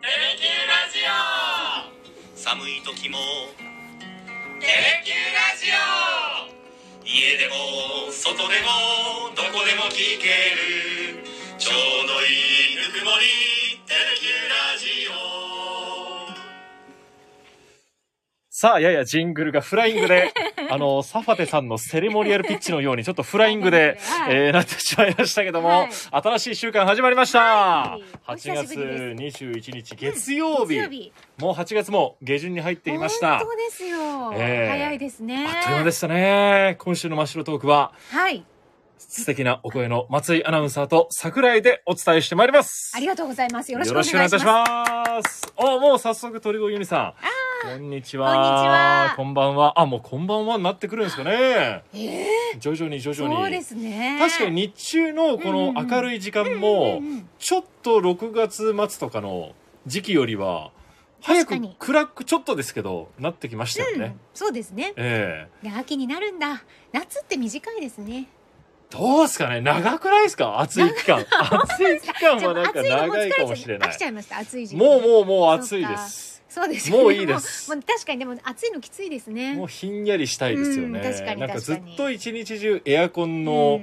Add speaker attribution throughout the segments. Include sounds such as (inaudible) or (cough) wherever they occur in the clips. Speaker 1: テレキューラジオ
Speaker 2: 寒い時も
Speaker 1: テレキューラジオ
Speaker 2: 家でも外でもどこでも聞けるちょうどいいぬくもりテレキューラジ
Speaker 3: さあ、ややジングルがフライング
Speaker 4: (laughs)
Speaker 3: で、あの、サファテさんのセレモニアルピッチのように、ちょっとフライングで、
Speaker 4: はい
Speaker 3: えーなってしまいましたけども、
Speaker 4: はい
Speaker 3: 新しい週間始まりました、
Speaker 4: はいお
Speaker 3: 8
Speaker 4: 久し
Speaker 3: 月
Speaker 4: ぶりです
Speaker 3: 21日月曜日,、
Speaker 4: 月曜日
Speaker 3: もう8月も下旬に入ってきました。
Speaker 4: 本当ですよ、
Speaker 3: ええ
Speaker 4: 早いですね
Speaker 3: あっという間でしたね。今週の真っ白トークは、
Speaker 4: はい
Speaker 3: 素敵なお声の松井アナウンサーと桜井でお伝えしてまいります。
Speaker 4: ありがとうございますよろしく
Speaker 3: よ
Speaker 4: お願
Speaker 3: ろし
Speaker 4: いし
Speaker 3: くお願
Speaker 4: ま
Speaker 3: いいた
Speaker 4: す
Speaker 3: します。お、もう早速鳥越由美さん。こんにちは。
Speaker 4: こんにちは
Speaker 3: こんばんは。あ、もうこんばんはになってくるんですかね。
Speaker 4: え
Speaker 3: 徐々に徐
Speaker 4: ー、
Speaker 3: 々に。
Speaker 4: そうですね
Speaker 3: 確かに日中のこの明るい時間も
Speaker 4: うんうんうん、
Speaker 3: ちょっと6月末とかの時期よりは、早く
Speaker 4: 確かに
Speaker 3: 暗くちょっとですけど、なってきましたよ
Speaker 4: う
Speaker 3: ね。
Speaker 4: ん、そうですね
Speaker 3: ええ
Speaker 4: で秋になるんだ夏って短いですね
Speaker 3: どうですかね長くないですか暑い期
Speaker 4: (laughs)
Speaker 3: 間。暑い期間
Speaker 4: じゃ
Speaker 3: は
Speaker 4: あ
Speaker 3: なんか
Speaker 4: 暑いのも疲
Speaker 3: 長
Speaker 4: れ
Speaker 3: い
Speaker 4: ちゃ
Speaker 3: か
Speaker 4: う
Speaker 3: もしれな
Speaker 4: 飽き
Speaker 3: い
Speaker 4: ちゃ。いました暑い時期
Speaker 3: もうもうもう暑いです。
Speaker 4: そうです
Speaker 3: もういいです
Speaker 4: もうもう確かにでも暑いのきついですね
Speaker 3: もうひんやりしたいですよね。
Speaker 4: うん確かに
Speaker 3: なんかずっ
Speaker 4: 確かに
Speaker 3: と一日中エアコン
Speaker 4: うん
Speaker 3: の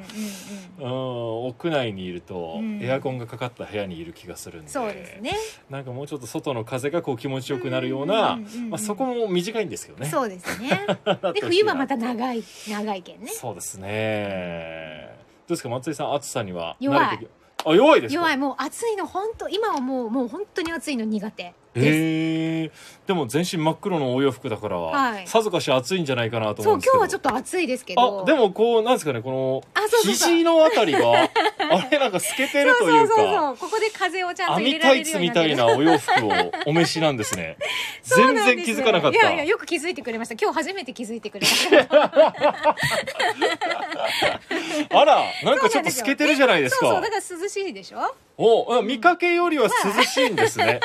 Speaker 4: うんうん、
Speaker 3: うん屋内にいると、
Speaker 4: うん
Speaker 3: エアコンがかかった部屋にいる気がするんで
Speaker 4: そうですね
Speaker 3: なんかもうちょっと外の風がこう気持ちよくなるような、
Speaker 4: んんんん
Speaker 3: まあ、そこも短いんですけどね。
Speaker 4: そうで
Speaker 3: (laughs)
Speaker 4: すね
Speaker 3: なって
Speaker 4: で
Speaker 3: ほしい
Speaker 4: 冬
Speaker 3: な
Speaker 4: はまた長い長いけんね
Speaker 3: そうですね。どうですか松井さん暑さには
Speaker 4: 弱い
Speaker 3: 慣れてきあ弱いですか
Speaker 4: 弱いもう暑いの本当今はもうもう本当に暑いの苦手です、
Speaker 3: えー、でも全身真っ黒のお洋服だから、
Speaker 4: はい
Speaker 3: さぞかし暑いんじゃないかなと思
Speaker 4: そううん
Speaker 3: ですけ
Speaker 4: 今日
Speaker 3: ど
Speaker 4: はちょっと暑いですけど
Speaker 3: あで
Speaker 4: も
Speaker 3: もこうなんですかねこ
Speaker 4: あ
Speaker 3: の
Speaker 4: そうそうそう
Speaker 3: 肘のあたり
Speaker 4: (laughs)
Speaker 3: があれなんか透けてる
Speaker 4: そ
Speaker 3: と
Speaker 4: う
Speaker 3: い
Speaker 4: そううそう
Speaker 3: か
Speaker 4: そうここで風をちゃんと入
Speaker 3: 網
Speaker 4: れら
Speaker 3: タ
Speaker 4: れ
Speaker 3: イ
Speaker 4: るよ
Speaker 3: ツ
Speaker 4: うに
Speaker 3: み
Speaker 4: なって
Speaker 3: た
Speaker 4: る
Speaker 3: いなお洋服をお召しなんですね
Speaker 4: そう
Speaker 3: 全
Speaker 4: なん
Speaker 3: 然
Speaker 4: です
Speaker 3: 気
Speaker 4: よ
Speaker 3: づかなかった
Speaker 4: いやいやよく気づいてくれました今日初めて気づいてく
Speaker 3: (laughs)
Speaker 4: れました
Speaker 3: あらなんか
Speaker 4: そう
Speaker 3: ちょっと
Speaker 4: なんです
Speaker 3: 透
Speaker 4: よ
Speaker 3: けてるじゃないです
Speaker 4: そうそう
Speaker 3: か
Speaker 4: だから涼しいでしょ
Speaker 3: おあ見かけよりは涼しいんですね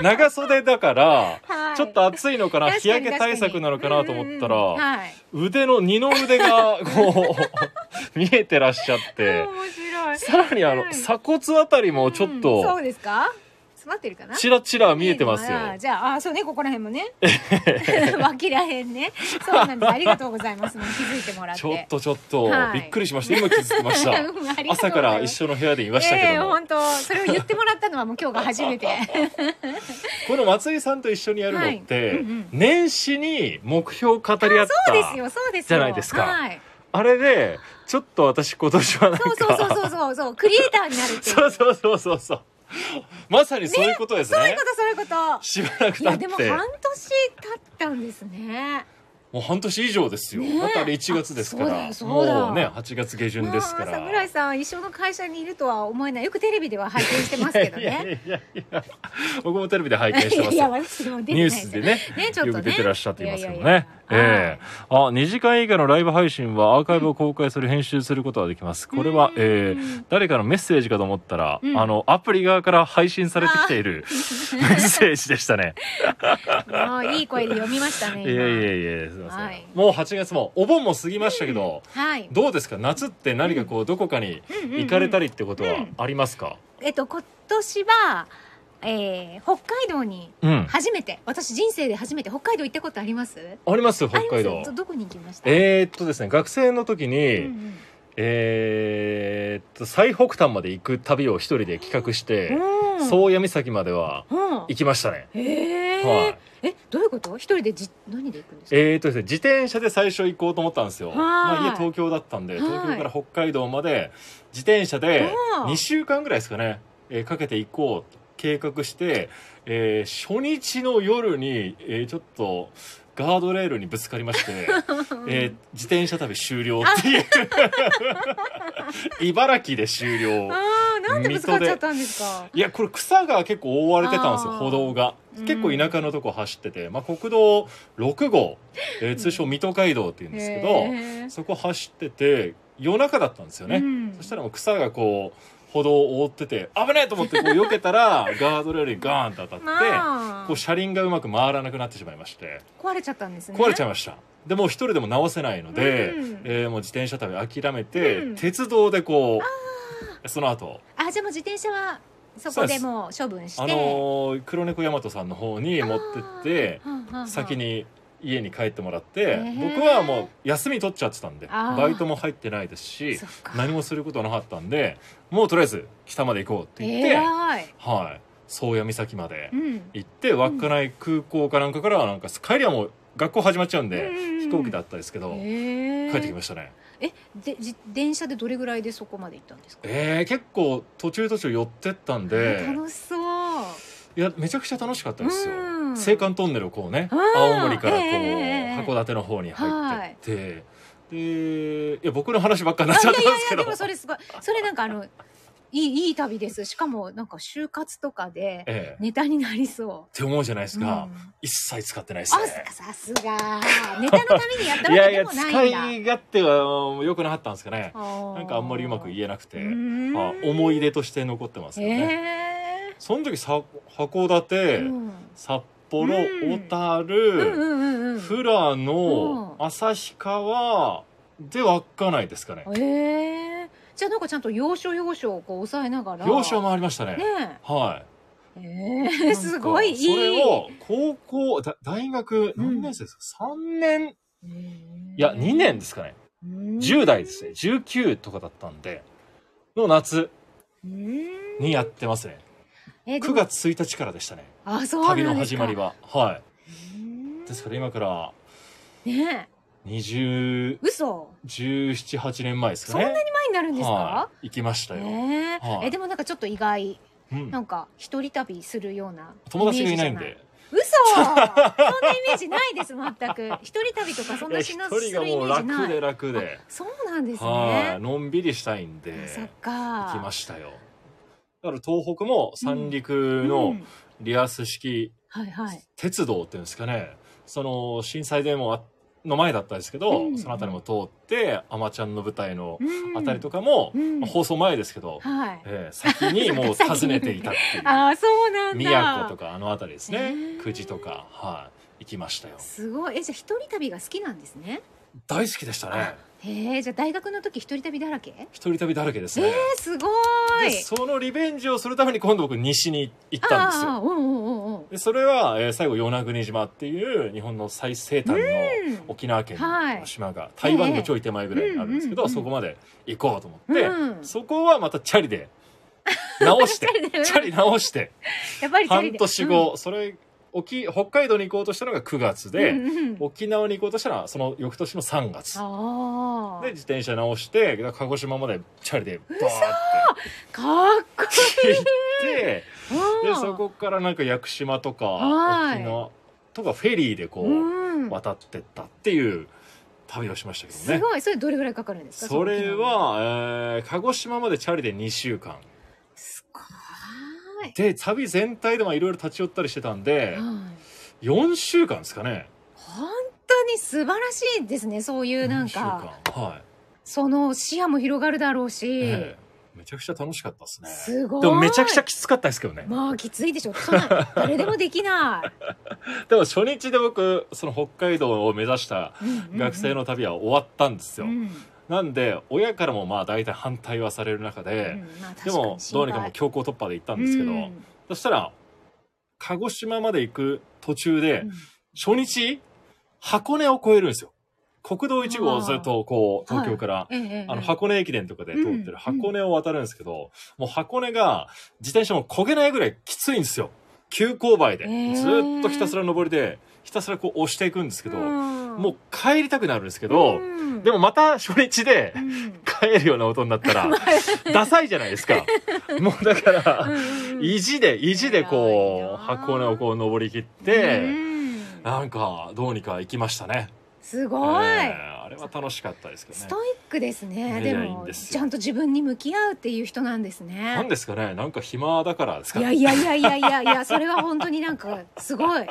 Speaker 3: 長袖だから
Speaker 4: はい
Speaker 3: ちょっと暑いのかな
Speaker 4: 確
Speaker 3: 日
Speaker 4: かに
Speaker 3: 焼け対策なのかなと思ったら、
Speaker 4: うんうんうんはい
Speaker 3: 腕の二の腕がこ
Speaker 4: (laughs)
Speaker 3: う見えてらっしゃって
Speaker 4: 面白い
Speaker 3: さらにあの
Speaker 4: うん
Speaker 3: 鎖骨あたりもちょっ
Speaker 4: うんそ
Speaker 3: と
Speaker 4: うですか詰まってるかな
Speaker 3: ちらちら見えてますよ
Speaker 4: いいのかなじゃああそうねここら辺
Speaker 3: (laughs)
Speaker 4: もね脇ら辺ねそうなんですありがとうございますもう気づいてもらっ
Speaker 3: (laughs)
Speaker 4: て
Speaker 3: ちょっとちょっと
Speaker 4: はい
Speaker 3: びっくりしました今気づきまし
Speaker 4: (laughs) うん
Speaker 3: た
Speaker 4: ありがとうございます
Speaker 3: 朝から一緒の部屋でいました
Speaker 4: え
Speaker 3: け
Speaker 4: え
Speaker 3: ども
Speaker 4: 本当それを言ってもらったのはもう今日が初
Speaker 3: (laughs)
Speaker 4: めて
Speaker 3: この松井さんと一緒にやるのって、
Speaker 4: はいうんうん
Speaker 3: 年始に目標を語り合った
Speaker 4: そうですよそうですよ
Speaker 3: じゃないですか
Speaker 4: はい、
Speaker 3: あれでちょっと私今年はなんか
Speaker 4: そうそうそうそうそうそうクリエイターになるっていう
Speaker 3: そうそうそうそうそうまさにそういうことですね
Speaker 4: そういうことそういうこと
Speaker 3: しばらく
Speaker 4: いやで
Speaker 3: 経
Speaker 4: も
Speaker 3: っ
Speaker 4: 半
Speaker 3: て
Speaker 4: 年経ったんですね
Speaker 3: もう半年以上ですよ、
Speaker 4: ねえ
Speaker 3: またあれ1月ですから
Speaker 4: あそうだよそうだ
Speaker 3: もうね8月下旬ですから
Speaker 4: もう桜井さん一緒の会社にいるとは思えないよくテレビでは拝見してますけど
Speaker 3: いやい
Speaker 4: ね
Speaker 3: やいやいや僕もテレビで拝見し
Speaker 4: い
Speaker 3: てま
Speaker 4: やい
Speaker 3: す
Speaker 4: や
Speaker 3: よ
Speaker 4: 私も出て
Speaker 3: ニ
Speaker 4: な
Speaker 3: ュ
Speaker 4: い
Speaker 3: ー
Speaker 4: です
Speaker 3: ス
Speaker 4: よ
Speaker 3: でね
Speaker 4: ねちょっとね
Speaker 3: よく出てらっしゃっていますけどね
Speaker 4: いやいやいや
Speaker 3: ええあ2時間以下のライブ配信はアーカイブを公開する編集することができますこれは
Speaker 4: う、ん
Speaker 3: えー誰かのメッセージかと思ったら、
Speaker 4: うん
Speaker 3: あのアプリ側から配信されてきている (laughs) メッセージでしたね
Speaker 4: もういい声で読みました
Speaker 3: い
Speaker 4: ね今
Speaker 3: やいやいやすいません、
Speaker 4: はい
Speaker 3: もう8月もお盆も過ぎましたけど、
Speaker 4: はい
Speaker 3: どうですか夏って何かこうどこかに行かれたりってことはありますか
Speaker 4: えっと今年は、えー、北海道に
Speaker 3: うん、
Speaker 4: 初めて私人生で初めて北海道行ったことあります
Speaker 3: ありますよ北海
Speaker 4: あり
Speaker 3: 道
Speaker 4: ますどどこに行きました
Speaker 3: えー、っとですね学生の時に、
Speaker 4: うんうん
Speaker 3: えー、っと最北端まで行く旅を一人で企画して
Speaker 4: うん
Speaker 3: 宗谷岬までは
Speaker 4: うん
Speaker 3: 行きましたね、
Speaker 4: えー
Speaker 3: はい
Speaker 4: えどういうこと一人でじ何で行くんですか
Speaker 3: えー、っとですね自転車で最初行こうと思ったんですよ、
Speaker 4: はい
Speaker 3: まあ、家東京だったんで
Speaker 4: はい
Speaker 3: 東京から北海道まで自転車で
Speaker 4: うん
Speaker 3: 2週間ぐらいですかね、えーかけて行こうと計画して、えー初日の夜に、えーちょっとガードレールにぶつかりまして、
Speaker 4: (laughs)
Speaker 3: えー自転車旅終了っていう茨城で終了
Speaker 4: ああなんでぶつかっちゃったんですか
Speaker 3: いやこれ草が結構覆われてたんですよ
Speaker 4: あー
Speaker 3: 歩道が
Speaker 4: うん
Speaker 3: 結構田舎のとこ走ってて、まあ、国道6号、えー通称水戸街道っていうんですけど、
Speaker 4: へー
Speaker 3: そこ走ってて夜中だったんですよね、
Speaker 4: うん
Speaker 3: そしたらもう草がこう歩道を覆ってて危ないと思
Speaker 4: (laughs)
Speaker 3: ってこう避けたらガードレールにガーンと当たって、
Speaker 4: まあ
Speaker 3: こう車輪がうまく回らなくなってしまいまして
Speaker 4: 壊れちゃったんですね
Speaker 3: 壊れちゃいました、でもう一人でも直せないので、
Speaker 4: うん
Speaker 3: えーもう自転車旅諦めて、
Speaker 4: うん
Speaker 3: 鉄道でこうその後
Speaker 4: あじゃあもう自転車はそこでもう処分して、
Speaker 3: あのー黒猫大和さんの方に持ってって
Speaker 4: はんはんはん
Speaker 3: 先に家に帰ってもらって
Speaker 4: へー
Speaker 3: 僕はもう休み取っちゃってたんで
Speaker 4: あー
Speaker 3: バイトも入ってないですし
Speaker 4: そっか
Speaker 3: 何もすることなかったんでもうとりあえず北まで行こうって言って、
Speaker 4: えらい、
Speaker 3: はい宗谷岬まで
Speaker 4: うん、
Speaker 3: 行って稚内空港かなんかからなんか帰りはもう学校始まっちゃうんで、
Speaker 4: うんうんうん
Speaker 3: 飛行機だったですけど、
Speaker 4: え
Speaker 3: 帰ってき
Speaker 4: ま
Speaker 3: ましたね
Speaker 4: えでじ電車でどれぐらいでそこまで行ったんですか
Speaker 3: えー、結構途中途中寄ってったんで
Speaker 4: 楽しそう
Speaker 3: いやめちゃくちゃ楽しかったですよ
Speaker 4: うん
Speaker 3: 青函トンネルをこうね
Speaker 4: うん
Speaker 3: 青森からこう、
Speaker 4: ええええ
Speaker 3: 函館の方に入ってって、でいや僕の話ばっかりになっちゃったんですけ
Speaker 4: で
Speaker 3: ど
Speaker 4: もそれすごいそれなんかあのいいいい旅ですしかもなんか就活とかで
Speaker 3: ええっ
Speaker 4: ネタになりそ
Speaker 3: て思うじゃないです
Speaker 4: う、うん、
Speaker 3: か
Speaker 4: あ、
Speaker 3: 一切使ってないですね
Speaker 4: さすがネタのためにやった
Speaker 3: いやい
Speaker 4: わけで
Speaker 3: や
Speaker 4: もないんだ
Speaker 3: 使い勝手は良くなかったんですかねな
Speaker 4: なん
Speaker 3: かあんまりうまく
Speaker 4: え
Speaker 3: 言えなくて、
Speaker 4: うん
Speaker 3: まあ、思い出として残ってますよね、
Speaker 4: え
Speaker 3: その時さ函館、
Speaker 4: ーうん
Speaker 3: 札幌、
Speaker 4: うん
Speaker 3: 小樽、
Speaker 4: うんうんうんうん
Speaker 3: 富良野、
Speaker 4: う
Speaker 3: 旭川で稚内ですかね
Speaker 4: えー、じゃあなんかちゃんと要所要所をこう抑えながら
Speaker 3: 要所回りましたね
Speaker 4: ね
Speaker 3: は
Speaker 4: え
Speaker 3: い
Speaker 4: えー、すごいいい
Speaker 3: それを高校だ大学
Speaker 4: う
Speaker 3: 何
Speaker 4: ん
Speaker 3: 年生ですか、3年い
Speaker 4: い
Speaker 3: や2年ですかね10代ですね19とかだったんでの夏
Speaker 4: 9
Speaker 3: にやってますね9月1日からでしたね
Speaker 4: あそうなん
Speaker 3: 旅
Speaker 4: ですか
Speaker 3: の始まりはは
Speaker 4: うーん
Speaker 3: いですから今から
Speaker 4: ねえ
Speaker 3: 2017、
Speaker 4: 嘘
Speaker 3: 8年前ですかね
Speaker 4: そんなに前になるんですか
Speaker 3: はい、行きましたよ、
Speaker 4: ねえ
Speaker 3: はい
Speaker 4: えでもなんかちょっと意外
Speaker 3: うん
Speaker 4: なんか一人旅するような
Speaker 3: 友達がいないんで
Speaker 4: イメージじゃ
Speaker 3: (laughs)
Speaker 4: ない嘘そんなイメージないです全く一人旅とかそん
Speaker 3: いや
Speaker 4: な
Speaker 3: 一
Speaker 4: しなするイ
Speaker 3: 人が
Speaker 4: メ
Speaker 3: もう
Speaker 4: ージ
Speaker 3: 楽で
Speaker 4: ない
Speaker 3: 楽で
Speaker 4: そうなんです
Speaker 3: はい
Speaker 4: ね
Speaker 3: のんびりしたいんで
Speaker 4: あそっ
Speaker 3: 行
Speaker 4: か
Speaker 3: きま
Speaker 4: し
Speaker 3: したよだから東北も三陸のリアス式
Speaker 4: はいはい
Speaker 3: 鉄道っていうんですかねその震災でもあの前だったんですけど、
Speaker 4: うん
Speaker 3: その辺りも通って「あまちゃんの舞台」の
Speaker 4: うん
Speaker 3: あたりとかも、
Speaker 4: うん
Speaker 3: まあ放送前ですけど、
Speaker 4: はい
Speaker 3: ええ先にもう訪ねていたって
Speaker 4: (laughs)
Speaker 3: いう
Speaker 4: ああそうなん
Speaker 3: 宮
Speaker 4: だ
Speaker 3: 古とかあの辺りですね
Speaker 4: へー
Speaker 3: 久慈とかはい行きましたよ
Speaker 4: すごいえじゃあ一人旅が好きなんですね
Speaker 3: 大好きでしたね
Speaker 4: へえじゃあ大学の時一人旅だらけえ
Speaker 3: 一人旅だらけですね、
Speaker 4: ー、すご
Speaker 3: で
Speaker 4: い
Speaker 3: そのリベンジをするために今度僕西に行ったんです
Speaker 4: ああ
Speaker 3: よ
Speaker 4: うんうんうんうん
Speaker 3: でそれは、えー最後与那国島っていう日本の最西端の
Speaker 4: うん
Speaker 3: 沖縄県
Speaker 4: はい
Speaker 3: の島が、台湾のちょい手前ぐらいにあるんですけど、
Speaker 4: ええうんうん
Speaker 3: そこまで行こうと思って、
Speaker 4: うん
Speaker 3: そこはまたチャリ
Speaker 4: (laughs)
Speaker 3: で直して
Speaker 4: チャリで
Speaker 3: チャリ直して
Speaker 4: やっぱりチャリ
Speaker 3: 半
Speaker 4: で
Speaker 3: 年後、それ沖北海道に行こうとしたのが9月
Speaker 4: うん
Speaker 3: で、
Speaker 4: うんうん
Speaker 3: 沖縄に行こうとしたのはその翌年の3月
Speaker 4: ああ
Speaker 3: で自転車直して鹿児島までチャリでバーって
Speaker 4: かっこ
Speaker 3: 行って
Speaker 4: いい
Speaker 3: でそこからなんか屋久島とか
Speaker 4: はい
Speaker 3: 沖縄とかフェリーでこう
Speaker 4: うん
Speaker 3: 渡ってったっていう旅をしましたけど
Speaker 4: す
Speaker 3: ね
Speaker 4: ごいそれどれぐらいかかるんですか
Speaker 3: それ
Speaker 4: の
Speaker 3: は、えー鹿児島までチャリで2週間
Speaker 4: すごい
Speaker 3: で旅全体でまあいろいろ立ち寄ったりしてたんで
Speaker 4: はい
Speaker 3: 4週間ですかね
Speaker 4: 本当に素晴らしいですねそういうなんか
Speaker 3: 4週間はい、
Speaker 4: その視野も広がるだろうし、
Speaker 3: ええめちゃくちゃ楽しかったですね
Speaker 4: すごい
Speaker 3: でもめちゃくちゃきつかったですけどね、
Speaker 4: まあきついでしょそんな誰でもできな
Speaker 3: でも初日で僕その北海道を目指した
Speaker 4: いうんうんうん
Speaker 3: 学生の旅は終わったんですよ、
Speaker 4: うん
Speaker 3: なんで親からもまあ大体反対はされる中
Speaker 4: う
Speaker 3: で、
Speaker 4: んまあ確か
Speaker 3: で
Speaker 4: に
Speaker 3: も
Speaker 4: 心
Speaker 3: どうに
Speaker 4: 配
Speaker 3: かもう強行突破で行ったんですけど、
Speaker 4: うん
Speaker 3: そしたら鹿児島まで行く途中で、
Speaker 4: うん
Speaker 3: 初日箱根を越えるんですよ国道1号をずっとこう
Speaker 4: あー
Speaker 3: 東京から、
Speaker 4: ええええ
Speaker 3: あの
Speaker 4: ええ
Speaker 3: 箱根駅伝とかで通ってる箱根を渡るんですけど、もう箱根が自転車も焦げないぐらいきついんですよ急勾配で、
Speaker 4: えー
Speaker 3: ずーっとひたすら上りでひたすらこう押していくんですけど、
Speaker 4: うん
Speaker 3: もう帰りたくなるんですけど、
Speaker 4: うん
Speaker 3: でもまた初日で
Speaker 4: うん
Speaker 3: 帰るような音にな
Speaker 4: (laughs)
Speaker 3: ったらダサいじゃないですかもうだから、
Speaker 4: うん
Speaker 3: 意地で意地でこう
Speaker 4: 偉いな
Speaker 3: 箱根をこう登り切っ
Speaker 4: う
Speaker 3: て、
Speaker 4: ん
Speaker 3: なんかどうにか行きましたね、
Speaker 4: すごい、
Speaker 3: えーあれは楽しかったですけど
Speaker 4: ス
Speaker 3: ね
Speaker 4: トイックですね
Speaker 3: い
Speaker 4: で
Speaker 3: やいやいい
Speaker 4: も
Speaker 3: んです
Speaker 4: ち
Speaker 3: よ
Speaker 4: ゃんと自分に向き合うっていう人なんですね
Speaker 3: なんですかねなんか暇だからですか
Speaker 4: いやいやいやいやいやいやそれは本当になんかすご
Speaker 3: (laughs)
Speaker 4: いい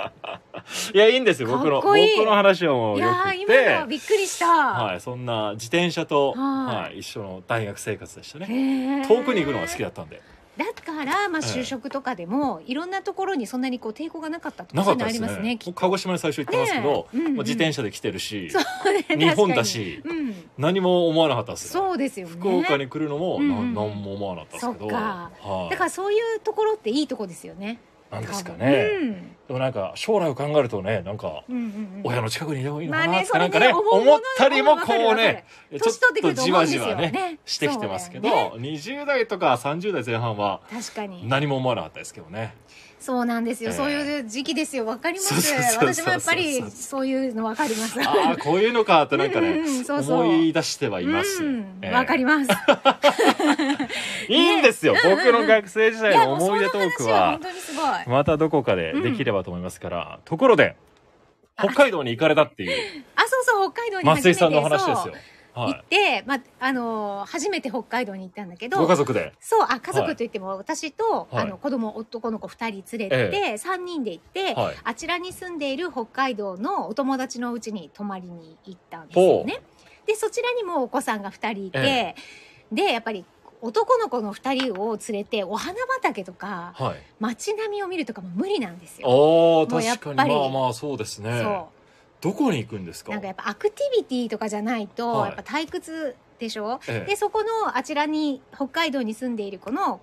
Speaker 3: いやいいんですよ僕
Speaker 4: か
Speaker 3: の
Speaker 4: っこいい
Speaker 3: 僕の話はもうよ
Speaker 4: や
Speaker 3: く
Speaker 4: ー
Speaker 3: っ
Speaker 4: 今のは
Speaker 3: て
Speaker 4: びっくりした、
Speaker 3: はいそんな自転車と、
Speaker 4: はい
Speaker 3: はい一緒の大学生活でしたね
Speaker 4: へー
Speaker 3: 遠くに行くのが好きだったんで
Speaker 4: だから、まあ、
Speaker 3: ええ
Speaker 4: 就職とかでも、いろんなところにそんなにこう抵抗がなかったと
Speaker 3: な
Speaker 4: か
Speaker 3: か
Speaker 4: そうい
Speaker 3: っ
Speaker 4: うの
Speaker 3: たです
Speaker 4: ありますね
Speaker 3: ね
Speaker 4: きっと
Speaker 3: 鹿児島に最初行ってますけど、
Speaker 4: ねえうんうん
Speaker 3: まあ自転車で来てるし
Speaker 4: そうね
Speaker 3: 日本だ
Speaker 4: 確
Speaker 3: し
Speaker 4: かにうん、
Speaker 3: 何も思わなかったですよ
Speaker 4: そうですよね
Speaker 3: 福岡に来るのも、
Speaker 4: うん
Speaker 3: な
Speaker 4: うん
Speaker 3: 何も思わなかったですけど
Speaker 4: そっか
Speaker 3: はい
Speaker 4: だからそういうところっていいとこですよね
Speaker 3: なんですか
Speaker 4: 多
Speaker 3: ね、
Speaker 4: 分
Speaker 3: でもなんか将来を考えるとねなんか
Speaker 4: うん、うんうんうん
Speaker 3: 親の近くにいればいいの
Speaker 4: ま
Speaker 3: か
Speaker 4: あ
Speaker 3: な
Speaker 4: ね
Speaker 3: って
Speaker 4: そ
Speaker 3: な
Speaker 4: れ
Speaker 3: んか
Speaker 4: ね
Speaker 3: ね思ったりも
Speaker 4: 思う
Speaker 3: こ
Speaker 4: も
Speaker 3: う
Speaker 4: のわかるわか
Speaker 3: ね
Speaker 4: る
Speaker 3: ち
Speaker 4: 年取ってく
Speaker 3: ょっと
Speaker 4: ると
Speaker 3: じ
Speaker 4: 思う
Speaker 3: わ
Speaker 4: んです
Speaker 3: じわ
Speaker 4: よ
Speaker 3: ね
Speaker 4: ね
Speaker 3: してきてますけ
Speaker 4: そうだよ
Speaker 3: ど、20代とか30代前半は
Speaker 4: 確かに
Speaker 3: 何も思わなかったですけどね
Speaker 4: そうなんですよ、
Speaker 3: ええ
Speaker 4: そういう時期ですよわかります
Speaker 3: そうそうそうそう
Speaker 4: 私もやっぱりそういうのわかります
Speaker 3: ああこういうのかってなんかね、
Speaker 4: うんうんそうそう
Speaker 3: 思い出してはいます、
Speaker 4: うん
Speaker 3: ええ
Speaker 4: わか
Speaker 3: (laughs)
Speaker 4: ります
Speaker 3: いいんですよ、
Speaker 4: ね
Speaker 3: 僕の学生時代の
Speaker 4: もうそ
Speaker 3: 思い
Speaker 4: の
Speaker 3: 出トーク
Speaker 4: 話は
Speaker 3: は
Speaker 4: 本当にすごい
Speaker 3: またどこかでできればと思いますから、ところで北海道に行かれたっていう
Speaker 4: あそうそう北海道に初
Speaker 3: 松
Speaker 4: め
Speaker 3: 井
Speaker 4: て
Speaker 3: さんのお話です
Speaker 4: そう
Speaker 3: よ、は
Speaker 4: 行っ
Speaker 3: い、
Speaker 4: て、まああのー初めて北海道に行ったんだけど
Speaker 3: ご家族で
Speaker 4: そうあ家
Speaker 3: はい
Speaker 4: 族といっても、私と、
Speaker 3: はい
Speaker 4: あの子供男の子2人連れて、
Speaker 3: え
Speaker 4: 3人で行って、
Speaker 3: はい
Speaker 4: あちらに住んでいる北海道のお友達のうちに泊まりに行ったんですよね。でそちらにもお子さんが2人いて、
Speaker 3: え
Speaker 4: でやっぱり男の子の2人を連れてお花畑とか
Speaker 3: はい
Speaker 4: 街並みを見るとかも無理なんですよ。
Speaker 3: ああ
Speaker 4: もうやっ
Speaker 3: 確
Speaker 4: ぱ
Speaker 3: か
Speaker 4: り
Speaker 3: にまあまあそうですね
Speaker 4: そ
Speaker 3: どこに行くんです
Speaker 4: う
Speaker 3: か
Speaker 4: なんかやっぱアクティビティとかじゃないと、
Speaker 3: はい
Speaker 4: やっぱ退屈でしょ
Speaker 3: ええ
Speaker 4: でそこのあちらに北海道に住んでいる子の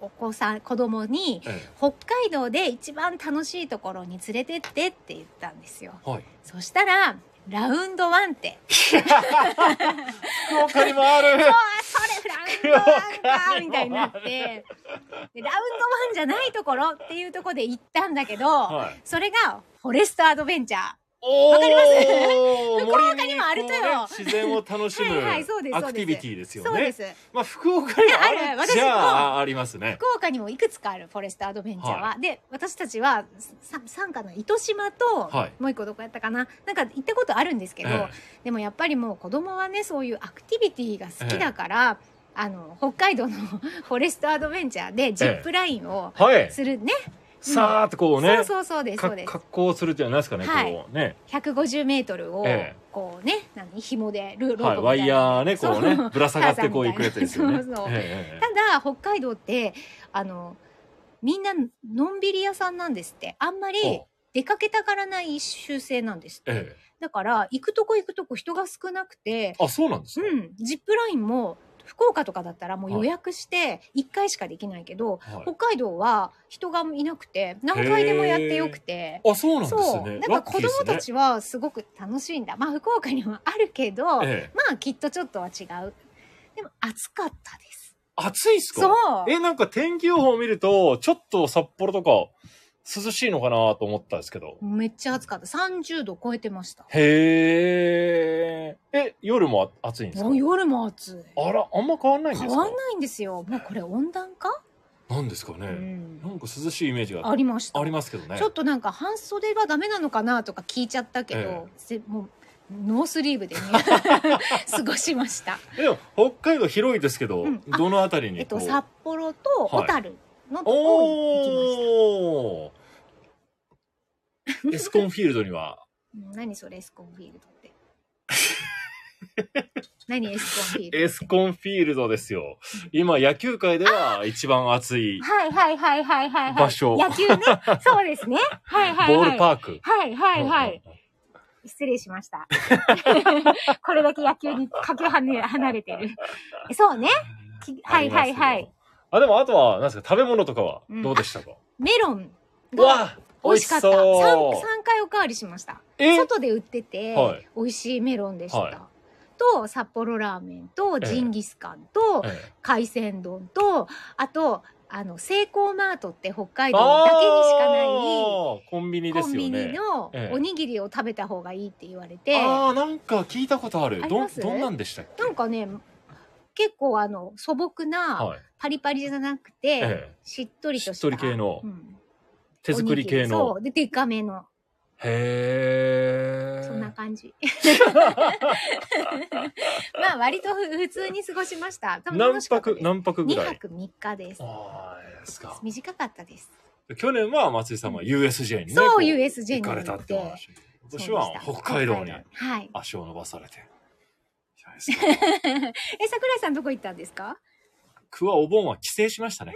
Speaker 4: お子さん子供に
Speaker 3: ええ
Speaker 4: 北海道で一番楽しいところに連れてってって言ったんですよ
Speaker 3: はい、
Speaker 4: そしたらラウンドワンって
Speaker 3: 福岡にもある
Speaker 4: 「あそれラウンドワンか!」みたいになってでラウンドワンじゃないところっていうところで行ったんだけど、
Speaker 3: はい
Speaker 4: それがフォレストアドベンチャー
Speaker 3: お
Speaker 4: わかります
Speaker 3: お
Speaker 4: 福岡にもあるとよ
Speaker 3: 自然を楽しむ
Speaker 4: (laughs) はいはいそうです
Speaker 3: アクティビティですよね
Speaker 4: そうです
Speaker 3: まあ福岡にも
Speaker 4: いやあ
Speaker 3: あ
Speaker 4: る
Speaker 3: る
Speaker 4: 私も
Speaker 3: じゃあありますね
Speaker 4: 福岡にもいくつかあるフォレストアドベンチャーは、で私たちはさ傘下の糸島と、
Speaker 3: はい
Speaker 4: もう一個どこやったかななんか行ったことあるんですけど、
Speaker 3: え
Speaker 4: でもやっぱりもう子供はねそういうアクティビティが好きだから、あの北海道の (laughs) フォレストアドベンチャーでジップラインを
Speaker 3: えはい
Speaker 4: するね、
Speaker 3: さーっとこうね
Speaker 4: そうそうそうですそう
Speaker 3: か
Speaker 4: です
Speaker 3: 格好するじゃないですかね、
Speaker 4: はい
Speaker 3: こうね、
Speaker 4: 150メートルを
Speaker 3: ええ
Speaker 4: こうね、何紐でルロープみた
Speaker 3: はいい、ワイ
Speaker 4: な、
Speaker 3: ヤーねこうね
Speaker 4: そう
Speaker 3: ぶら下がってこう行くやつですよね。
Speaker 4: (laughs) そうそう
Speaker 3: えええ
Speaker 4: ただ北海道ってあのみんなのんびり屋さんなんですってあんまり
Speaker 3: えほう
Speaker 4: 出かけたがらない習性なんですって、
Speaker 3: え
Speaker 4: だから行くとこ行くとこ人が少なくて
Speaker 3: えあそうなんです
Speaker 4: う
Speaker 3: ね。
Speaker 4: んジップラインも福岡とかだったらもう予約して1回しかできないけど、
Speaker 3: はい
Speaker 4: 北海道は人がいなくて何回でもやってよくて。
Speaker 3: あそうなんです
Speaker 4: そう
Speaker 3: ね。
Speaker 4: なん
Speaker 3: ラ
Speaker 4: か
Speaker 3: ッキ
Speaker 4: 子
Speaker 3: ーです
Speaker 4: 供
Speaker 3: ね
Speaker 4: たちはすごく楽しいんだ、まあ福岡にもあるけど、
Speaker 3: ええ、
Speaker 4: まあきっとちょっとは違うでも暑かったです
Speaker 3: 暑いっすか
Speaker 4: そう
Speaker 3: えなんか天気予報を見るとちょっと札幌とか涼しいのかなと思ったんですけど、
Speaker 4: めっちゃ暑かった30度超えてました
Speaker 3: へええ夜もあ暑いんですか
Speaker 4: もう夜も暑い
Speaker 3: あらあんま変わんないんで
Speaker 4: 変
Speaker 3: す
Speaker 4: わ
Speaker 3: か
Speaker 4: んないんですよもうこれ温暖化、
Speaker 3: なんですかね、
Speaker 4: うん
Speaker 3: なんか涼しいイメージが
Speaker 4: ありました
Speaker 3: ありますけどね
Speaker 4: ちょっとなんか半袖はダメなのかなとか聞いちゃったけ
Speaker 3: え
Speaker 4: ど、せもうノースリーブ
Speaker 3: (laughs)
Speaker 4: でね過ごしました、
Speaker 3: えでも北海道広いですけど、
Speaker 4: うんあ
Speaker 3: どのあたり
Speaker 4: え
Speaker 3: に
Speaker 4: っ
Speaker 3: こう、
Speaker 4: と、札幌と
Speaker 3: はい
Speaker 4: 小樽のとこ行き
Speaker 3: おおーエスコンフィールドには
Speaker 4: ました、うん何それエスコンフィールドって (laughs) 何エスコンフィールド
Speaker 3: エスコンフィールドですよ今野球界では一番熱い
Speaker 4: はいはいはいはいはいはい
Speaker 3: 場所
Speaker 4: 野
Speaker 3: (laughs)
Speaker 4: 球ねそうですねはいはいはい
Speaker 3: ボールパーク
Speaker 4: はいはいはい、
Speaker 3: うんうんうん
Speaker 4: 失礼しました。 (laughs) これだけ野球にかけはね離れてる。そうね。きはいはい
Speaker 3: (laughs)
Speaker 4: は
Speaker 3: あります
Speaker 4: い
Speaker 3: よ。あでもあとは何ですか食べ物とかは
Speaker 4: うん
Speaker 3: どうでしたか、
Speaker 4: メロン
Speaker 3: う
Speaker 4: が
Speaker 3: わ
Speaker 4: 美味しかった。
Speaker 3: 美味し
Speaker 4: 三
Speaker 3: そう
Speaker 4: 三回おかわりしました。
Speaker 3: え
Speaker 4: 外で売ってて、
Speaker 3: はい
Speaker 4: 美味しいメロンでした。
Speaker 3: はい
Speaker 4: と札幌ラーメンと
Speaker 3: ええ
Speaker 4: ジンギスカンと
Speaker 3: ええ
Speaker 4: 海鮮丼とあとあのセイコーマートって北海道だけにしかな
Speaker 3: あーコンビニ
Speaker 4: い
Speaker 3: で
Speaker 4: コ
Speaker 3: すよ
Speaker 4: ンビ
Speaker 3: ね
Speaker 4: ニの
Speaker 3: ええ
Speaker 4: おにぎりを食べた方がいいって言われて、
Speaker 3: ああなんか聞いたことある
Speaker 4: あり
Speaker 3: ど
Speaker 4: ま
Speaker 3: ん
Speaker 4: す
Speaker 3: どんなんでしたっけ
Speaker 4: なんかね結構あの素朴な、
Speaker 3: はい
Speaker 4: パリパリじゃなくて、
Speaker 3: ええ
Speaker 4: しっとりとした
Speaker 3: しっとり系の
Speaker 4: うん
Speaker 3: 手作り系の
Speaker 4: おにぎりそうででかめの
Speaker 3: へえ
Speaker 4: そんな
Speaker 3: (laughs)
Speaker 4: 感じまあ割とふ普通に過ごしました多分
Speaker 3: 何
Speaker 4: 楽しかったで
Speaker 3: 泊
Speaker 4: す
Speaker 3: 何泊ぐ
Speaker 4: 2
Speaker 3: らい
Speaker 4: 泊3日です
Speaker 3: ああですか
Speaker 4: 短かったです
Speaker 3: 去年は松井さんは USJ にね
Speaker 4: そ
Speaker 3: こ
Speaker 4: う USJ に
Speaker 3: 行かれたってお話今年は
Speaker 4: そうでし
Speaker 3: 北
Speaker 4: た
Speaker 3: 海道に
Speaker 4: はい (laughs)
Speaker 3: 足を伸ばされていやですか
Speaker 4: え桜井さんどこ行ったんですか
Speaker 3: 僕はお盆は帰省しましたね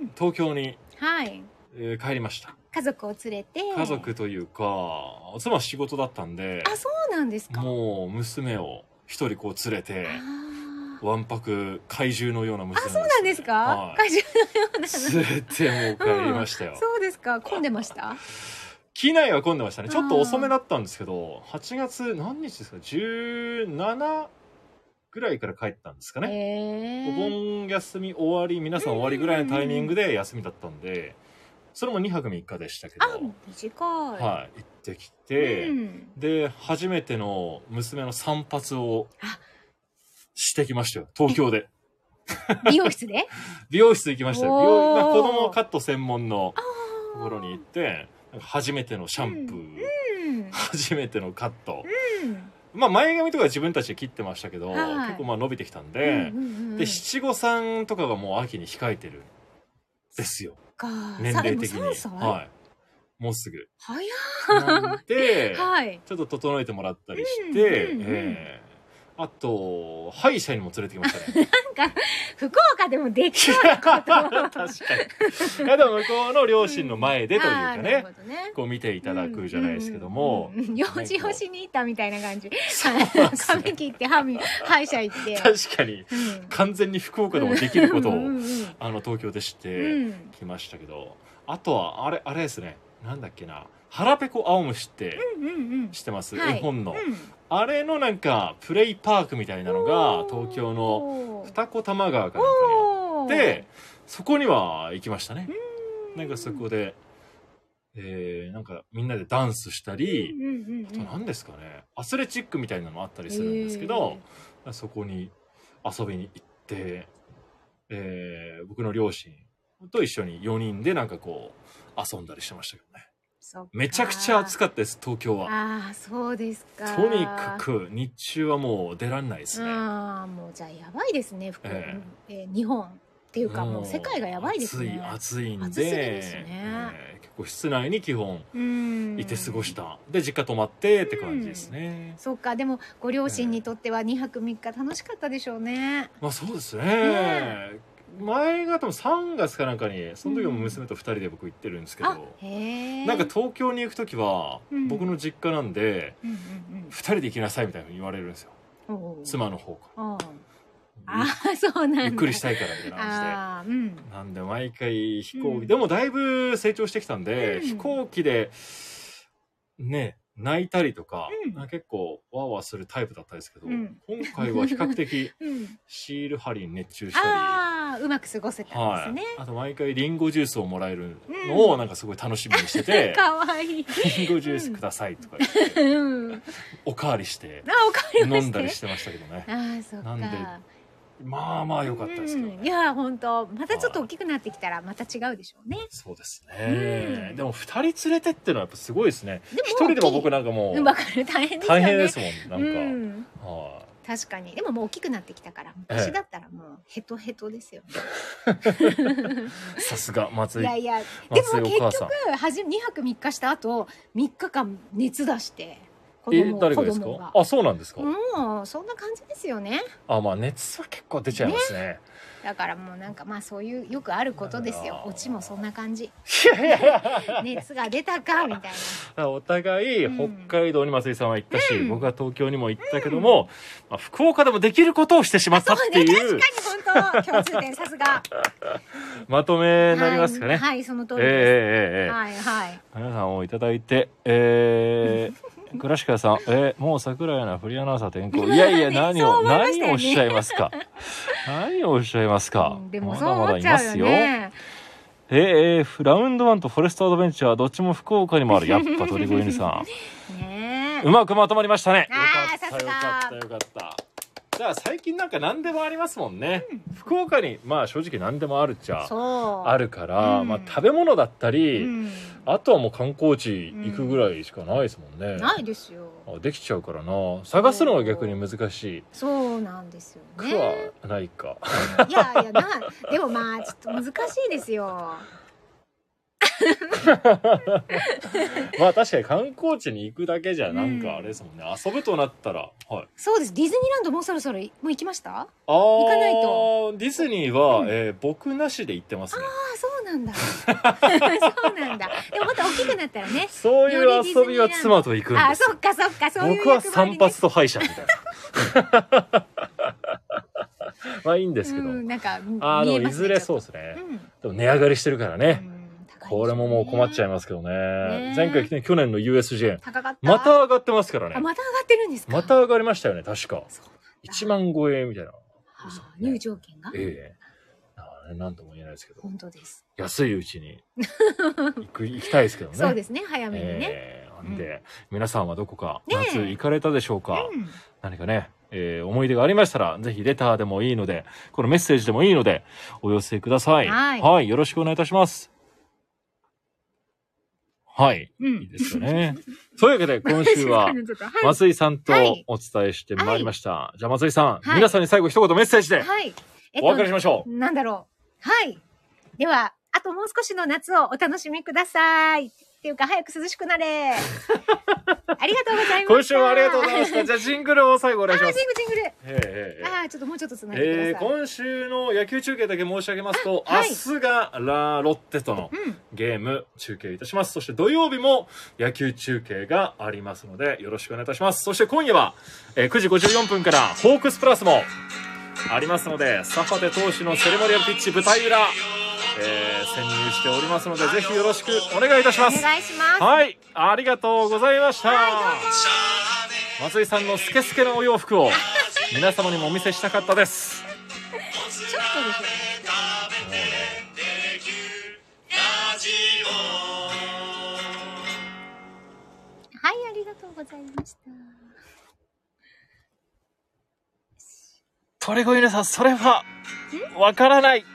Speaker 4: うん
Speaker 3: 東京に、
Speaker 4: はい。
Speaker 3: えー帰りました
Speaker 4: 家族を連れて。
Speaker 3: 家族というか妻は仕事だったんで
Speaker 4: あ、そうなんですか。
Speaker 3: もう娘を一人こう連れて
Speaker 4: あー
Speaker 3: わんぱく怪獣のような娘
Speaker 4: あ、そうなんですか。
Speaker 3: はい
Speaker 4: 会場のような。
Speaker 3: 連れてもう帰りましたよ、
Speaker 4: そうですか。混んでました。
Speaker 3: 機内は混んでましたねちょっと遅めだったんですけど8月何日ですか17ぐらいから帰ったんですかね、
Speaker 4: へ
Speaker 3: お
Speaker 4: え。
Speaker 3: 盆休み終わり皆さん終わりぐらいのタイミングで休みだったんでそれも2泊3日でしたけど、
Speaker 4: あ、短い。
Speaker 3: はい、行ってきて、
Speaker 4: うん、
Speaker 3: で初めての娘の散髪を
Speaker 4: あ
Speaker 3: してきましたよ東京で
Speaker 4: 美容室で
Speaker 3: 美容室行きましたよ
Speaker 4: おー
Speaker 3: 美容まあ子供カット専門のところに行ってなんか初めてのシャンプー、
Speaker 4: うん、
Speaker 3: 初めてのカット、
Speaker 4: うん
Speaker 3: まあ前髪とか自分たちで切ってましたけど、
Speaker 4: はい
Speaker 3: 結構まあ伸びてきたん
Speaker 4: うん
Speaker 3: で、
Speaker 4: うんうん
Speaker 3: で七五三とかがもう秋に控えてるんですよ
Speaker 4: か
Speaker 3: 年齢的に
Speaker 4: さでも三歳
Speaker 3: はいもう
Speaker 4: (laughs)
Speaker 3: すぐ
Speaker 4: 早い
Speaker 3: なんで、
Speaker 4: はい
Speaker 3: ちょっと整えてもらったりして、
Speaker 4: うんうんうん
Speaker 3: えーあと歯医者にも連れてきま
Speaker 4: (laughs)
Speaker 3: したね (laughs)
Speaker 4: 福岡でもできそうなこと
Speaker 3: (laughs)
Speaker 4: を
Speaker 3: 確かにいやでも向こうの両親の前でという
Speaker 4: あ
Speaker 3: か
Speaker 4: ーな
Speaker 3: ね
Speaker 4: る、ほどね
Speaker 3: こう見ていただくじゃないですけども、
Speaker 4: うんうんうんうん用事をしに行ったみたいな感じ
Speaker 3: そうなんですね
Speaker 4: (laughs) 髪切って歯み歯医者行って
Speaker 3: (laughs) 確かに
Speaker 4: うん
Speaker 3: 完全に福岡でもできることを、
Speaker 4: うんうんうん
Speaker 3: あの東京でし
Speaker 4: う
Speaker 3: て
Speaker 4: ん
Speaker 3: きましたけど、あとはあれあれですねなんだっけな「腹ペコ青虫」って
Speaker 4: うんうんうん
Speaker 3: 知ってます、
Speaker 4: はい
Speaker 3: 絵本の、
Speaker 4: うん
Speaker 3: あれのなんかプレイパークみたいなのが
Speaker 4: おー
Speaker 3: 東京の二子玉川かなんかにあって
Speaker 4: おー
Speaker 3: でそこには行きましたね
Speaker 4: うん
Speaker 3: なんかそこで、えー、なんかみんなでダンスしたり、
Speaker 4: うんうんうん
Speaker 3: あと何ですかねアスレチックみたいなのもあったりするんですけど、そこに遊びに行って、えー僕の両親と一緒に4人でなんかこう遊んだりしてましたけどね
Speaker 4: そっか
Speaker 3: めちゃくちゃ暑かったです東京は
Speaker 4: ああそうですか
Speaker 3: とにかく日中はもう出らんないですね、
Speaker 4: ああもうじゃあやばいですね福岡、
Speaker 3: え
Speaker 4: えー日本っていうかもう世界がやばいですね
Speaker 3: 暑い暑いんで
Speaker 4: 暑すぎですね
Speaker 3: えー結構室内に基本
Speaker 4: うん
Speaker 3: いて過ごした、で実家泊まってって感じですね、
Speaker 4: そうかでもご両親にとっては2泊3日楽しかったでしょうね、
Speaker 3: まあそうですね
Speaker 4: ね
Speaker 3: 前が多分3月かなんかにその時も娘と2人で僕行ってるんですけど、
Speaker 4: あへえ
Speaker 3: なんか東京に行く時は
Speaker 4: うん
Speaker 3: 僕の実家なんで
Speaker 4: うんうん
Speaker 3: 2人で行きなさいみたいなふうに言われるんですよ
Speaker 4: うんおう
Speaker 3: 妻の方か
Speaker 4: あ
Speaker 3: ら
Speaker 4: あーそうなんだ
Speaker 3: ゆっくりしたいからみたいな感
Speaker 4: ああうん
Speaker 3: じでなんで毎回飛行機、
Speaker 4: うん
Speaker 3: でもだいぶ成長してきたんで、
Speaker 4: うん
Speaker 3: 飛行機でね泣いたりとか,、
Speaker 4: うん
Speaker 3: 結構ワーワーするタイプだったんですけど、
Speaker 4: うん
Speaker 3: 今回は比較的
Speaker 4: うん
Speaker 3: シール貼りに熱中したり。
Speaker 4: (laughs) ああうまく過ごせた
Speaker 3: は
Speaker 4: んで
Speaker 3: い
Speaker 4: すね、、
Speaker 3: あと毎回リンゴジュースをもらえるのをなんかすごい楽しみにしてて
Speaker 4: (laughs) かわいい、
Speaker 3: 「リンゴジュースください」とか言って
Speaker 4: うん、あ
Speaker 3: おかわりして
Speaker 4: ーおかわりまして
Speaker 3: 飲んだりしてましたけどね
Speaker 4: (laughs) ああそっ
Speaker 3: な
Speaker 4: か
Speaker 3: んでまあまあ良かったですけどね、
Speaker 4: うんいや本当またちょっと大きくなってきたらまた違うでしょうね
Speaker 3: そうですね、
Speaker 4: うん
Speaker 3: でも2人連れてってのはやっぱすごいですね
Speaker 4: でも
Speaker 3: 一人でも僕なんかも
Speaker 4: うん
Speaker 3: う
Speaker 4: わかる大変ですよね
Speaker 3: 大変ですもん、なん
Speaker 4: うん
Speaker 3: か、は
Speaker 4: 確かにでももう大きくなってきたから
Speaker 3: ええ
Speaker 4: 昔だったらもうヘトヘトですよね、
Speaker 3: いさすが松
Speaker 4: い
Speaker 3: 井
Speaker 4: やいやで
Speaker 3: 松井お
Speaker 4: も結
Speaker 3: 母さん
Speaker 4: 局はじ2泊3日した後3日間熱出して子
Speaker 3: え
Speaker 4: 供
Speaker 3: 誰が
Speaker 4: 子
Speaker 3: です
Speaker 4: 供
Speaker 3: か
Speaker 4: が
Speaker 3: あそうなんですか、
Speaker 4: もうそんな感じですよね
Speaker 3: あまあ熱は結構出ちゃいますね
Speaker 4: だからもうなんかまあそういうよくあることですよ
Speaker 3: あー
Speaker 4: オチもそんな
Speaker 3: (laughs)
Speaker 4: 感じ
Speaker 3: いやいやいや
Speaker 4: 熱が出たかみたい
Speaker 3: (laughs) お互い
Speaker 4: うん
Speaker 3: 北海道に松井さんは行ったし、
Speaker 4: うん
Speaker 3: 僕は東京にも行ったけども、まあ、福岡でもできることをしてしまったっ
Speaker 4: なそう
Speaker 3: て
Speaker 4: ね
Speaker 3: いう
Speaker 4: 確かに本当共通点さすが
Speaker 3: まとめになりますかね、
Speaker 4: はい、はいその通
Speaker 3: え
Speaker 4: り
Speaker 3: ええ
Speaker 4: で
Speaker 3: えええ
Speaker 4: す。はいはい。
Speaker 3: 皆さんをいただいて、え
Speaker 4: (laughs)
Speaker 3: ー、倉敷さん、えー、もう桜井アナフリーアナウンサー転校。いやいや、
Speaker 4: ね
Speaker 3: 何
Speaker 4: そう
Speaker 3: を、
Speaker 4: 思いました
Speaker 3: 何を
Speaker 4: よね
Speaker 3: おっしゃいます
Speaker 4: (laughs)
Speaker 3: か。何をおっしゃいますか
Speaker 4: うん。でも
Speaker 3: ま
Speaker 4: そう
Speaker 3: だま
Speaker 4: 思
Speaker 3: だ
Speaker 4: っ
Speaker 3: い
Speaker 4: ちゃ
Speaker 3: ま
Speaker 4: うよ
Speaker 3: すよ。
Speaker 4: ね。
Speaker 3: えーえーラウンドワンとフォレストアドベンチャー、どっちも福岡にもあ
Speaker 4: (laughs)
Speaker 3: る。やっぱ鳥越ユニさ
Speaker 4: ね
Speaker 3: ん。うまくまとまりましたね。よ
Speaker 4: あー
Speaker 3: かった、
Speaker 4: さす
Speaker 3: よ
Speaker 4: が
Speaker 3: かった、よかった。じゃあ最近なんか何でもありますもんね。福岡に、まあ正直何でもあるっちゃ
Speaker 4: え。、そう。
Speaker 3: あるから、
Speaker 4: うん
Speaker 3: まあ食べ物だったり、
Speaker 4: うん
Speaker 3: あとはもう観光地行くぐらいしかないですもんね、
Speaker 4: ないですよ。
Speaker 3: あできちゃうからな探すのが逆に難し
Speaker 4: そうなんですよ
Speaker 3: くは
Speaker 4: ね。
Speaker 3: ないか、 (laughs)
Speaker 4: いやいやな、でもまあちょっと難しいですよ。
Speaker 3: まあ確かに観光地に行くだけじゃなんかあれですもんね、遊ぶとなったらはい
Speaker 4: そうですディズニーランドもうそろそろもう行きましたあ
Speaker 3: あ行
Speaker 4: かないと
Speaker 3: ディズニーは、
Speaker 4: うん
Speaker 3: えー僕なしで行ってますね
Speaker 4: あそうな
Speaker 3: (laughs)
Speaker 4: んだそうなんだでもまた大きくなったらね
Speaker 3: そういう遊び
Speaker 4: よ
Speaker 3: は
Speaker 4: りディズニーランド
Speaker 3: 妻と行くん
Speaker 4: あ
Speaker 3: です
Speaker 4: そっかそっかそういう
Speaker 3: 僕は
Speaker 4: 役割
Speaker 3: 散
Speaker 4: ね
Speaker 3: 髪と歯医者みたいな
Speaker 4: (laughs)
Speaker 3: まあいいんですけど、
Speaker 4: うん、なんか
Speaker 3: ああ
Speaker 4: 見
Speaker 3: で
Speaker 4: え
Speaker 3: も
Speaker 4: ま
Speaker 3: い
Speaker 4: す
Speaker 3: ず
Speaker 4: ね
Speaker 3: れそう
Speaker 4: ちょっ
Speaker 3: ですね
Speaker 4: と、うん
Speaker 3: でも値上がりしてるからね、
Speaker 4: うん高いでしょうね
Speaker 3: これももう困っちゃいますけどね
Speaker 4: ね
Speaker 3: 前回来て去年の USJ
Speaker 4: 高かった
Speaker 3: また上がってますから
Speaker 4: あ
Speaker 3: ね
Speaker 4: また上がってるんですか
Speaker 3: また上がりましたよね確か
Speaker 4: そう
Speaker 3: 1万超えみたいな
Speaker 4: は
Speaker 3: そう
Speaker 4: あ
Speaker 3: ね
Speaker 4: 入場券が
Speaker 3: ええあれなんとも言えないですけど
Speaker 4: 本当です、
Speaker 3: 安いうち
Speaker 4: (laughs)
Speaker 3: に行く行きたいですけどね
Speaker 4: そうですね早めにね、
Speaker 3: ええなんで、皆さんはどこか
Speaker 4: ねえ
Speaker 3: 夏行かれたでしょうか、
Speaker 4: うん
Speaker 3: 何かね、えー思い出がありましたら、ぜひレターでもいいので、このメッセージでもいいので、お寄せください。
Speaker 4: はい
Speaker 3: よろしくお願いいたします。はい。
Speaker 4: う
Speaker 3: いい
Speaker 4: ん
Speaker 3: ですよね。 (laughs) というわけで、今週
Speaker 4: (laughs)
Speaker 3: は、
Speaker 4: ちょっとはい
Speaker 3: 松井さんと
Speaker 4: はい
Speaker 3: お伝えしてまいりました。じゃあ松井さん、
Speaker 4: はい
Speaker 3: 皆さんに最後一言メッセージで
Speaker 4: はい。えっ
Speaker 3: お別れしましょう。
Speaker 4: なんだろう。はい。では、あともう少しの夏をお楽しみください。っていうか、早く涼しくな
Speaker 3: (laughs)
Speaker 4: れ。ありがとうございました。
Speaker 3: 今週もありがとうございまし
Speaker 4: あ
Speaker 3: た。じゃあジングルを最後お願いし
Speaker 4: ー、
Speaker 3: ま
Speaker 4: ジ
Speaker 3: す。
Speaker 4: ングジングル。
Speaker 3: ええええええ
Speaker 4: あー、ちょっともうちょっとつないで
Speaker 3: え
Speaker 4: く
Speaker 3: ー、
Speaker 4: ださい。
Speaker 3: 今週の野球中継だけ申し上げますと、
Speaker 4: あはい
Speaker 3: 明日がラ・ロッテとの
Speaker 4: うん。
Speaker 3: ゲーム中継いたします。そして土曜日も野球中継がありますのでよろしくお願いいたします。そして今夜は、えー9時54分からホークスプラスもありますので、サファテ投手のセレモニアルピッチ舞台裏、えー潜入しておりますので、ぜひよろしくお願いいたしま
Speaker 4: お
Speaker 3: す。
Speaker 4: 願いします。
Speaker 3: はい、ありがとうございました。
Speaker 2: しゃーね
Speaker 3: 松井さんのスケスケのお洋服を皆様にもお見せしたかったです。
Speaker 4: ちょっとですよね。
Speaker 2: 食べてテレキューラジオ
Speaker 4: はい、ありがとうございました。
Speaker 3: 鳥越さん、それは、わからない。